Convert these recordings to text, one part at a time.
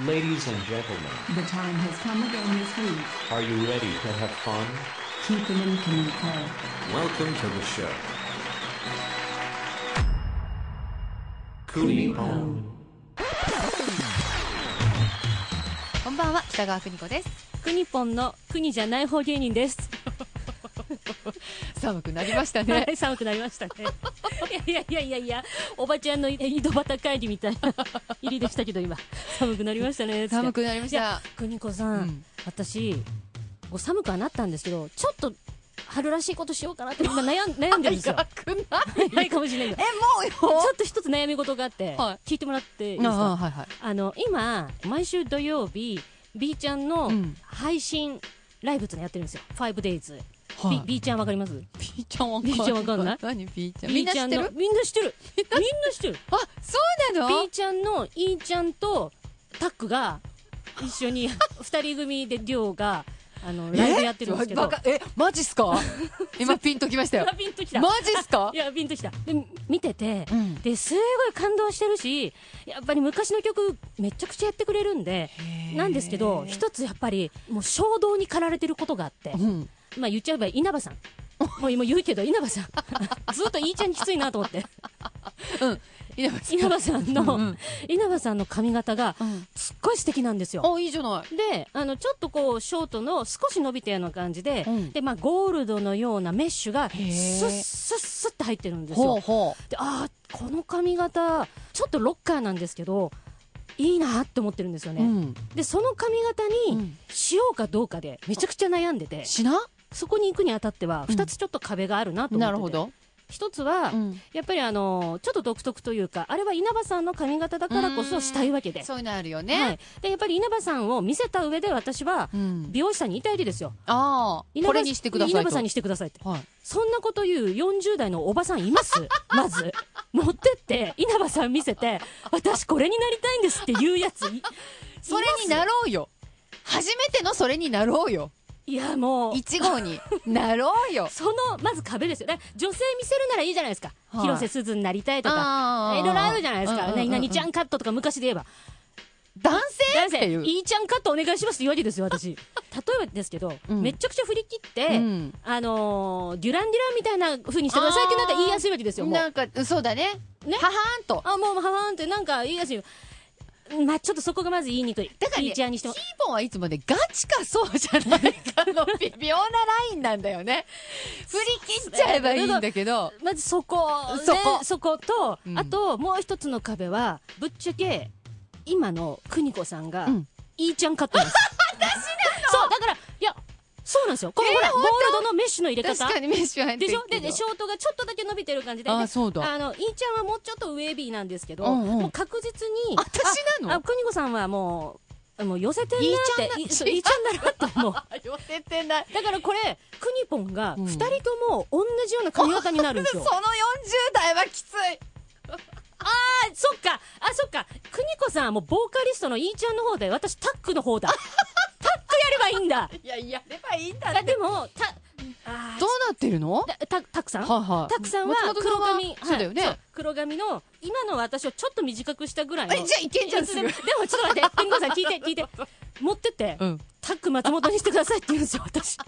Ladies and gentlemen, The time has come again this week. are you ready to have fun? Keep it in Kamiko. Welcome to the show. Kuni Pon. こんばんは北川邦子ですクニポンの国じゃない方芸人です。寒くなりましたはねい、寒くなりましたね。いやいやいやいや、おばちゃんの井戸端会議みたいな入りでしたけど今、寒くなりましたね。寒くなりましいたや邦子さん、うん私、こう寒くはなったんですけど、ちょっと春らしいことしようかなって今 悩ん悩んでるんですよ。くないないかもしれないけど。えちもょっと一つ悩み事があって、は聞いてもらっていいですああかはいはいあの、今、毎週土曜日、B ちゃんのうん配信ライブっていうのやってるんですよ。5days。はい B, B ちゃんわかりますピーちゃんわかん B ちゃんわかんない何ピーちゃんみみんな知ってるみんな知って る。みんな知ってる。あそうな B のちゃんの E ちゃんとタックが一緒に 二人組でデュオがあのライブやってるんですけど。えバカえマジっす か今ピンときましたよあピンときた。マジっすか いやピンときた。で見てて、うんですごい感動してるし、やっぱり昔の曲めちゃくちゃやってくれるんで。なんですけど一つやっぱりもう衝動に駆られてることがあって、うんまあ言っちゃえば 稲葉さんもう今言うけど稲葉さん ずっと E ちゃんにきついなと思ってうん稲葉さん稲葉さんの、うんうん稲葉さんの髪型がうんすっごい素敵なんですよ。あいいじゃないであのちょっとこうショートの少し伸びたような感じで,、うんでまあ、ゴールドのようなメッシュがスへえッスッスッって入ってるんですよ。ほうほでああこの髪型ちょっとロッカーなんですけどいいなって思ってるんですようね、うんでその髪型うにんしようかどうかでめちゃくちゃ悩んでて、しなそこに行くにあたってはうん2つちょっと壁があるなと思ってて、なるほど一つは、うんやっぱりあのちょっと独特というかあれは稲葉さんの髪型だからこそしたいわけでそういうのあるよはねい、でやっぱり稲葉さんを見せた上で私はうん美容師さんに言いたいわけですよああ稲葉これにしてくださいと稲葉さんにしてくださいってはいそんなこと言う40代のおばさんいます まず持ってって稲葉さん見せて私これになりたいんですって言うやつ いそれになろうよ初めてのそれになろうよいやもう1号になろうよそのまず壁ですよだから女性見せるならいいじゃないですか、はい広瀬すずになりたいとかあーいろいろあるじゃないですうか、んうんうん何々ちゃんカットとか昔で言えば男性男っ性ていういいちゃんカットお願いしますって言うわけです よ私例えばですけど、うんめちゃくちゃ振り切って、うんあのーデュランデュランみたいな風にしてくださいってなったら言いやすいわけですよもうなんかそうだねねははーんとあもうははーんってなんか言いやすいまあちょっとそこがまず言いにくいだからねいいちゃんにしてもキーポンはいつもねガチかそうじゃないかの 微妙なラインなんだよね振り切っちゃえばいいんだけどまずそこ、ね、そこそこと、うんあともう一つの壁はぶっちゃけ今の邦子さんが、うんいいちゃんカッ トなんですそうだからいやそうなんですよこのえーほら、本ゴールドのメッシュの入れ確方かにメッシュ入ってでしるょででショートがちょっとだけ伸びてる感じであでそうだあのいいちゃんはもうちょっとウェービーなんですけど、うんうんもう確実にあ私なのああ邦子さんはもうもう寄せてんなっていいいいちちゃゃんだんいいちゃんだなって思う寄せてないだからこれくにぽんがうん2人とも同じような髪型になるんです そのよ40代はきついあそっかあそっか邦子さんはもうボーカリストのいいちゃんの方で私タックの方だタックやればいいん だいややればいいんだあでもたあーどうなってるのだタタックさんはいはいたくさんは松本さ黒んは髪、はいそうだよねそう黒髪の今の私をちょっと短くしたぐらいのえじゃあいけんじゃんいつす でぐもでもちょっと待って邦子さん聞いて聞いて持ってって、うんタック松本にしてくださいって言うんですよ私 どっ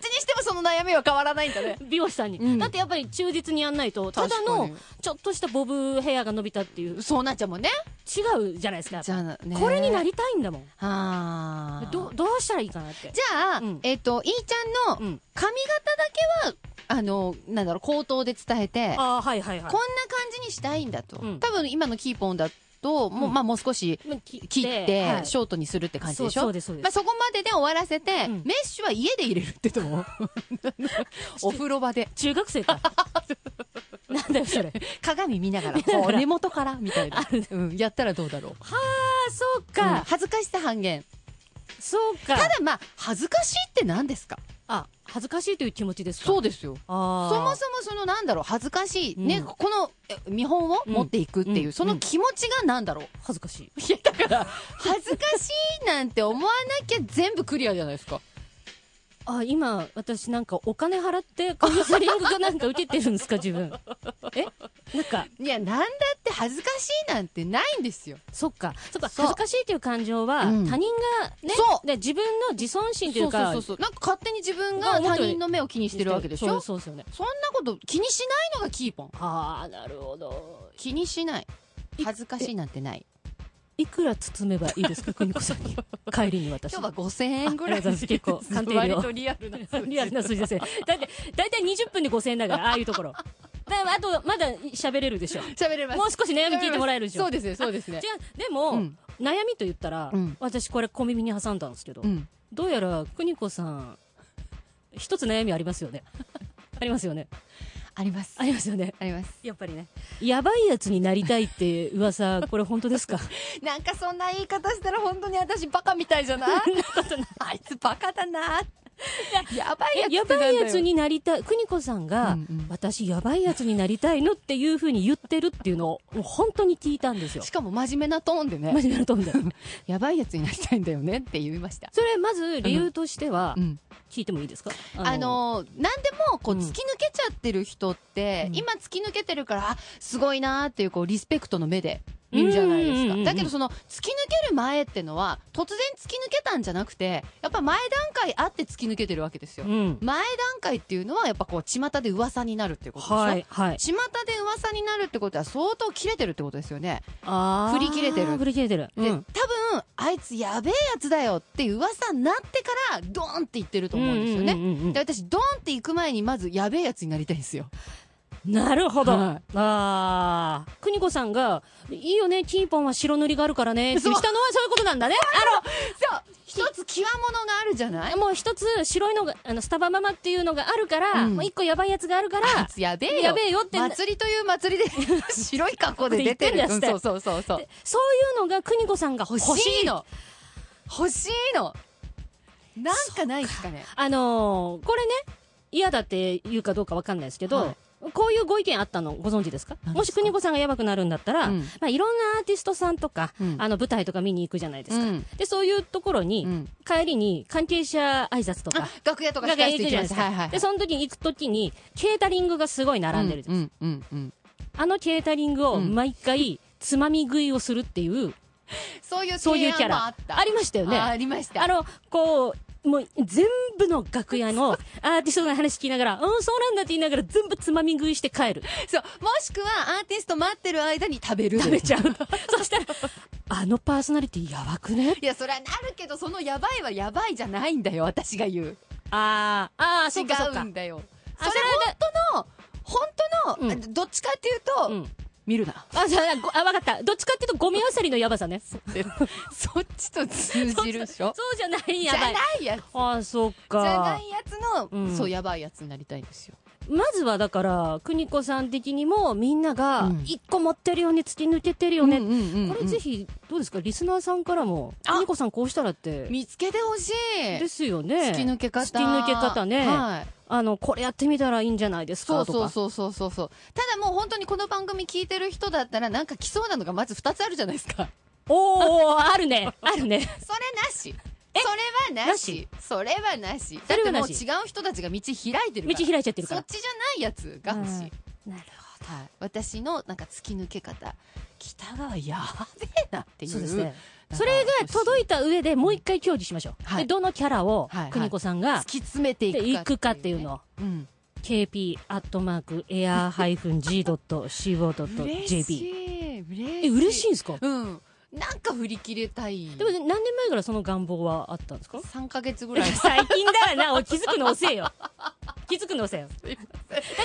ちにしてもその悩みは変わらないんだね美容師さんに、うんだってやっぱり忠実にやんないとた確かだにのちょっとしたボブヘアが伸びたっていう違そうなっちゃうもんねうじゃないですかじゃあねこれになりたいんだもんあーどどうしたらいいかなってじゃあ、うんえっ、と、いいちゃんうのん、髪型だけは、あの、なんだろう、口頭で伝えて、こんなああはいはいはい感じにしたいんだと。うん多分今のキーポンだと、もう、うんまあもう少しまあ切切って、はいショートにするって感じでしょそうそうですそうですまあそこまでで終わらせて、うんメッシュは家で入れるってど うお風呂場 で、中学生かなんだよそれ鏡見ながら、ながこ らう根元から、みたいな。うん、やったらどうだろう。あそううんか、恥ずかしさ半減。そうかただまあ、恥ずかしいって何ですかあ恥ずかしいという気持ちですかそううですよ。あーそもそもそのなんだろう恥ずかしい、うんねこのえ見本をうん持っていくっていう、うんその気持ちがなんだろう、恥ずかしいいやだから恥ずかしいなんて思わなきゃ全部クリアじゃないですかあ今私なんかお金払ってカウンセリングかなんか受けてるんですか自分えなんかいやなんだって恥ずかしいなんてないんですよそっかそっかそう恥ずかしいという感情は、うん他人がねそうで自分の自尊心というかそうそうそうそうなんか勝手に自分が他人の目を気にしてるわけでしょそそうそうですよねんなこと気にしないのがキーポンああなるほど気にしない恥ずかしいなんてないいくら包めばいいですか邦子さんに帰りに私今日は5000円ぐらいあありがとうございます結構鑑定料割とリアルな数字リアルな数字ですねだって大体20分で5000円だからああいうところだからあとまだ喋れるでしょ喋れますもう少し悩み聞いてもらえるでしょそうですねそうですねじゃあでも、うん悩みと言ったら、うん私これ小耳に挟んだんですけど、うんどうやら邦子さん一つ悩みありますよね ありますよねありますありますよねありますやっぱりねやばいやつになりたいって噂これ本当ですかなんかそんな言い方したら本当に私バカみたいじゃない あいつバカだなや ばいやつえやってなんばだよいやつになりたい邦子さんが、うんうん私やばいやつになりたいのっていうふうに言ってるっていうのをもう本当に聞いた んですよしかも真面目なトーンでねマジでなと思うんだよやばいやつになりたいんだよねって言いましたそれまず理由としては、うん聞いてもいいですかあの何でもこううん突き抜けちゃってる人って、うん今突き抜けてるからあすごいなーっていうこうリスペクトの目で見るじゃないですうんうんうんうかんだけどその突き抜ける前ってのは突然突き抜けたんじゃなくてやっぱ前段階あって突き抜けてるわけですよ、うん前段階っていうのはやっぱこう巷で噂になるっていうことでしょ、はいはい巷で噂になるってことは相当切れてるってことですよねあ振ーり切れてる振り切れてる。で、う多分んあいつやべえやつだよって噂になってからドーンって言ってると思うんですよね、うんうんうんうんで私ドーンって行く前にまずやべえやつになりたいんですよなるほど。はああ。邦子さんが、いいよね、キーポンは白塗りがあるからね、ってそうしたのはそういうことなんだね。そう一つ極物があるじゃなあいの、もう一つ白いのが、あの、スタバママっていうのがあるから、うんもう一個やばいやつがあるかあいら、つやべえよやべえよって祭りという祭 りで白い格好で出てるって言ってうんんだそうそうそうそうでそういうのが邦子さんが欲欲しい。しいの欲しいのなんかないですかねあのーこれね、嫌だって言うかどうかわかんないですけど、はこういうご意見あったのご存知ですか何もでしすか邦子さんがやばくなるんだったら、うんまあ、いろんなアーティストさんとか、うんあの舞台とか見に行くじゃないですか。うんで、そういうところに、うん帰りに関係者挨拶とかあ、楽屋とか控がえ行てくいじきまゃないですすか。はいはいで、その時に行く時に、ケータリングがすごい並んでるじゃんうんうんうんうんあのケータリングをうん毎回、つまみ食いをするっていう、そういうそういう提キャ案もラ。ああったりましたよあね。ありましたあの、こう、もう全部の楽 屋のアーティストの話聞きながら、うん、そうなんだって言いながら全部つまみ食いして 帰る。そう。もしくは、アーティスト待ってる間に食べる。食べちゃう。そしたら、あのパーソナリティやばくね いや、そりゃなるけど、そのやばいはやばいじゃないんだよ、私が言う。あー、あー、違そうかそううかん。だよ。あそれ本当の、本当の、うんどっちかっていうと、うん見る な。あ、そうあ、ごあわかった。どっちかっていうと、ゴミあさりのやばさね。そっちと通じるでしょそうじゃない、じやゃば。ないいやつ。ああ、そっじゃなか。いやつの、うんそう、やばいやつになりたいんですよ。まずはだから、邦子さん的にも、みんながうん、一個持ってるよね、突き抜けてるよね。うんうんうんうんこれぜひ、どうですか、リスナーさんからも、あ邦子さんこうしたらって。見つけてほしい。ですよね。突き抜け方。突き抜け方ね。はい。あの、これやってみたらいいんじゃないですそか、うとそうか。そうそうそうそう。ただもう本当にこの番組聞いてる人だったら、なんか来そうなのがまず2つあるじゃないですか。おー、あるね。ある ね。それなし。それはなし。それはなし。そだっれてはもなうし違う人たちが道開いてる道から。開いちゃってるかそっら。ちじゃないやつが欲しい。なるはい。私のなんか突き抜け方。北川やべえなっていう。そうですね。それが届いいた上でもう一回協議しましょう。はいで、どのキャラをはいは、い邦子さんが突、き詰めていくかいくかっていうのを。うん。嬉 kp.air-g.co.jp しい。嬉しい。え嬉しいんですかうん。なんか振り切れたい。でもね何年前からその願望はあったんですか3ヶ月ぐらい。最近だよ なおい気づくの遅えよ気づくの遅えよだっ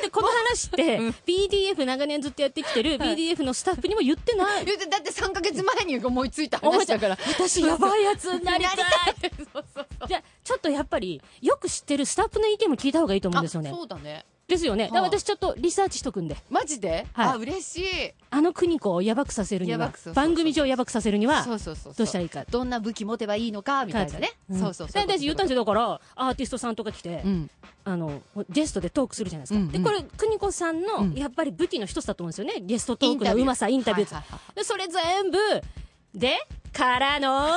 てこの話って、BDF 長年ずっとやってきてる BDF のスタッフにも言ってない言うてだって3ヶ月前に思いついた話だから。私やばいやつになりたいそうそうそうじゃあちょっとやっぱりよく知ってるスタッフの意見も聞いた方がいいと思うんですよねあそうだね。ですよねだからはい私ちょっとリサーチしとくんでマジで、はいあ、嬉しい。あの国子をやばくさせるにやばはくそうそうそう番組上やばくさせるにはそうそうそうそう。どうしたらいいかどんな武器持てばいいのか、みたいなね。んそうそうそう。で私言ったんですよ、だから、アーティストさんとか来て、うん。あの、ゲストでトークするじゃないですか。うんうんで、これ、邦子さんうの、んやっぱり武器の一つだと思うんですよね。ゲストトークのうまさ、インタビューはいはいはいはでそれ全部、 で、からの、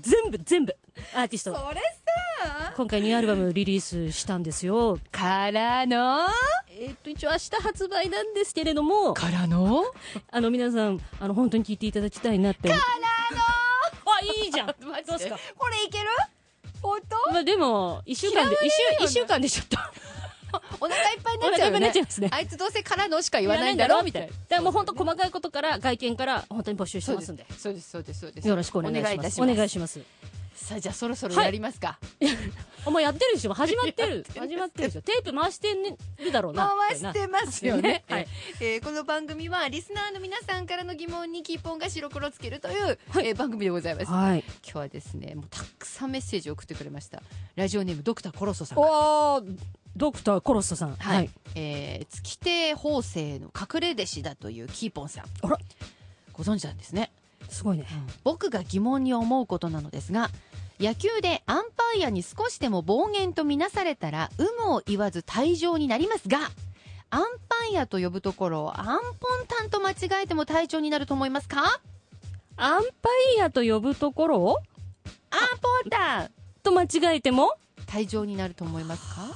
全部、全部、アーティスト。それ今回ニューアルバムリリースしたんですよ。からのえっと、一応明日発売なんですけれども、からのあの、皆さん、あの、本当に聞いていただきたいなって。からのあ、いいじゃん マジどうすでかこれいける本当まあでも、一週間で、一週、一週間でちょっと。お腹いっぱいになっちゃうお腹いっぱいよになねっちゃいますねあいつどうせからのしか言わないんだろみたいなだからもう本当細かいことから、外見から、本当に募集してますんで。そうですそうですそうですよろしくお願いします。おお願いい願たいしします。ますさあじゃあそろそろやりますか、あ、もうやってるでしょ始まってるやって。る始まってるでしょテープ回してるだろうな。回してますよねはいえーこの番組はリスナーの皆さんからの疑問にキーポンが白黒つけるという、えー番組でございます今はい。日はですねもうたくさんメッセージを送ってくれましたラジオネームドクターコロソさんからおー、ドクターコロッソさん。はい、。えー月亭法政の隠れ弟子だというキーポンさんあらご存知なんですねすごいね。僕が疑問に思うことなのですが野球でアンパイアに少しでも暴言とみなされたら有無を言わず退場になりますがアンパイアと呼ぶところをアンポンタンと間違えても退場になると思いますかアンパイアと呼ぶところをアンポンタンと間違えても、退場になると思いますか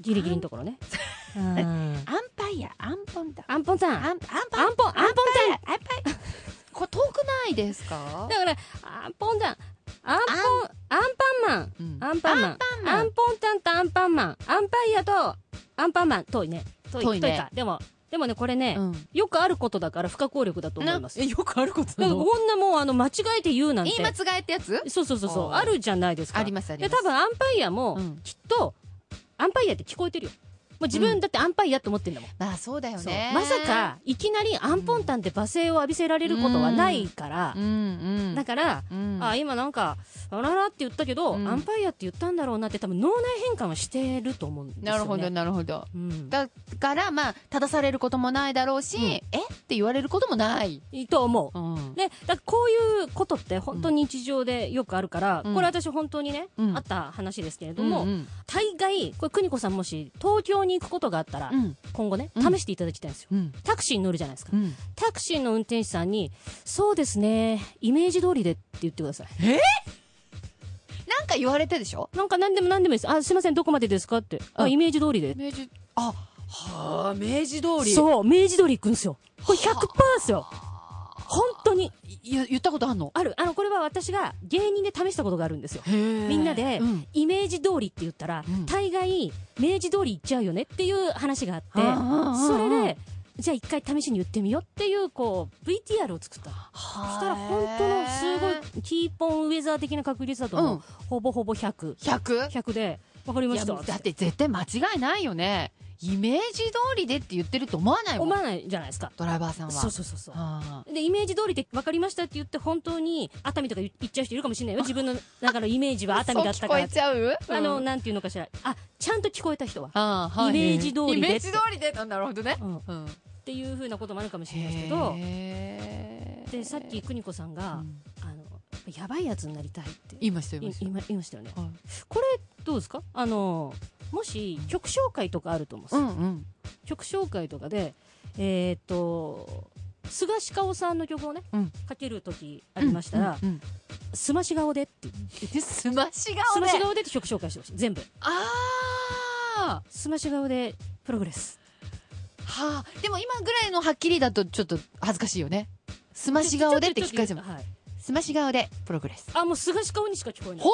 ギリギリのところね。 うんアンパイアアンポンタンアンポンさん。アンアンパイアンポン、アンポンさん。アンパイアこれ遠くないですかだから、アンポンさん。アンポン、アンパンマン。うんアンパンマン。マンアンポンタンとアンパンマン。アンパイアとアンパンマン。遠いね。遠い遠いねか。でも、でもね、これね、うんよくあることだから不可抗力だと思います。だよくあることからこんなもう、あの、間違えて言うなんて言い。間違えってやつそうそうそうそう。あーあるじゃないですか。ありますありますで、多分アンパイアも、うんきっと、アンパイアって聞こえてるよ。もう自う分んだってアンパイアって思ってんだもん。まあそうだよそうねまさか、いきなりアンポンタンって罵声を浴びせられることはないからうん、うんだから、うんあ今なんか、あららって言ったけど、うんアンパイアって言ったんだろうなって、多分脳内変換はしてると思うんですよ、ね。なるほど、なるほど。うん、だから、まあ、正されることもないだろうし、うんえって言われることもない。いいと思う。ん。ね、だからこういうことって本当に日常でよくあるから、うんこれ私本当にね、うんあった話ですけれどうも、ん大概、これ邦子さんもし東京に行くことがあったら、うん。今後ね、うん試していただきたいんですよ。うん。タクシーに乗るじゃないですかう。ん。タクシーの運転手さんに、そうですね、イメージ通りでって言ってください。なんか言われてでしょなんか何でも何でもいいです。あ、すいません、どこまでですかって。うあ、んイメージ通りで。明治、あ、はあ、明治通り。う。そう、明治通り行くんですよ。これ100%ですよ。本当に。言ったことあんのある。あの、これは私が芸人で試したことがあるんですよ。みみんなでうん。イメージ通りって言ったら、うん大概、明治通り行っちゃうよねっていう話があって、ああああああそれで、じゃあ一回試しに言ってみようっていう、こう、VTR を作ったの。そそしたら本当のすごい、キーポンウェザー的な確率だと思う。うんほぼほぼ100。 100? 100で、わかりいまや、した。だって絶対間違いないよね。イメージ通りでって言ってると思わないも思ん。わないじゃないですか。ドライバーさんは。そうそうそうそう。あで、イメージ通りで分かりましたって言って、本当に熱海とか言っちゃう人いるかもしれないよ。自分の、だからイメ ージは熱海だったから。ゃうあの、うんなんていうのかしら。あ、ちゃんと聞こえた人は。あーはいイメージ通りでイメージ通りで。なるほどね。うん。っうん。ていうふうなこともあるかもしれないですけど、へーで、さっき、邦子さんうが、んあの、やばいやつになりたいって。言いましたよ言いまいしたよ今言いましたよね。はいこれ、どうですかあの、もし、曲紹介とかあると思うんですうよんうん曲紹介とかで、えーっと、菅鹿央さんの曲をね、うんかけるときありましたら、うんすまし顔でっうて、んすましす顔までし顔でって曲紹介してほしい。全部。あすまし顔で、プログレス。ーはあでも今ぐらいのはっきりだとちょっと恥ずかしいよねすまし顔でって聞かれてもはい。すまし顔でプログレスあ、もうすがし顔にしか聞こえない。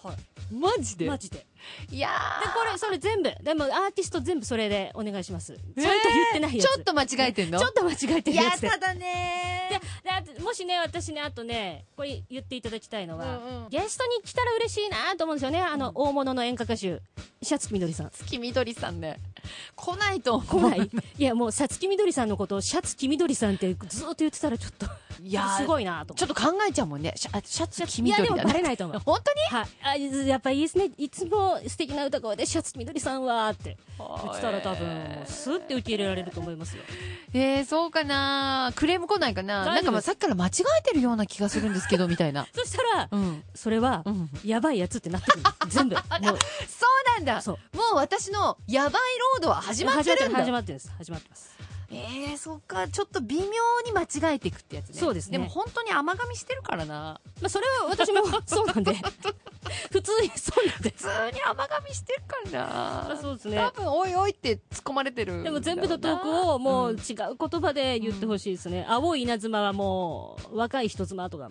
本は当マジい。でマジで。で、いやこれ、それ全部。でも、アーティスト全部それでお願いします。ちゃんとー言ってないーやちつ。ょっと間違えてんのちょっと間違えてるやつで。だねであともしね、私ね、あとね、これ言っていただきたいのうは、んうんゲストに来たら嬉しいなと思うんですよね。あの、大物の演歌歌手、シャツキみどりさん。月みどりさんね来ないと思う 来ない。いや、もう、シャツキみどりさんのことを、シャツキみどりさんってずーっと言ってたら、ちょっと、いやーすごいなとちょ思っと考えちゃうもんねシャあシャツ黄って。いや、緑でもだバレねないと思う。本当にはい、あやっぱいいですね、いつも素敵な歌声で、シャツみどりさんはって言ってたら、多分もうすって受け入れられると思いますよ。えー、そうかなクレーム来ないかな大丈夫なんかまあさっきから間違えてるような気がするんですけど、みたいな。そしたら、うん。それは、うん。やばいやつってなってくる、全 部、もうそうなんだそうもう私のやばいロードは始まってるんだ始まってるんです、始まってます。えー、そっか。ちょっと微妙に間違えていくってやつね。そうですねでも本当に甘噛みしてるからな。 まあ、それは私もそうなんで、普通にそうなんです。普通に甘噛みしてるからな。そうです多。分、おいおいって突っ込まれてる。でも全部のトークをもう違う言葉で言ってほしいですね。青い稲妻はもう若い人妻とかも。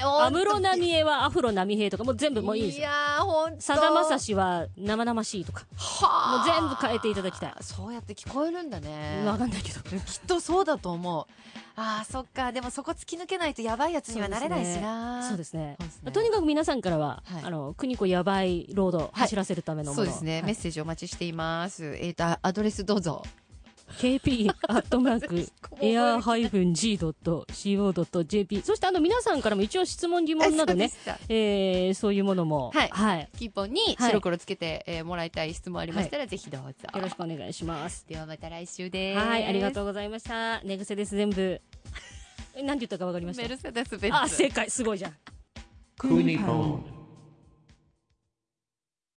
えー、ほんと安室奈美恵はアフロ奈美恵とかもう全部もういいでいすよ。やー、ほんと。さだまさしは生々しいとか。はもう全部変えていただきたいい。そうやって聞こえるんだね。わかんないけど。きっとそうだと思う。ああ、そっか。でもそこ突き抜けないとやばいやつにはなれないしな。そうですねそうですね。とにかく皆さんからは、はいあの、国子やばいロード走らせるためのもその。うですね、はメいッセージお待ちしています。えっ、とあ、アドレスどうぞ。 KP アットマー ク、エアハイフン G.CO.JP。そしてあの皆さんからも一応質問疑問などあねそうでした、えー、そういうものも、はいはい。キーポンに白黒つけて、えーもらいたい質問ありましたら、ぜひどうぞ。よろしくお願いします。ではまた来週です。はい、ありがうとうございました。寝癖です、全部。え、なんて言ったかわかりましメたルセデス・ベンツ。あ、正解、すごいじゃん。 Cooney Bone.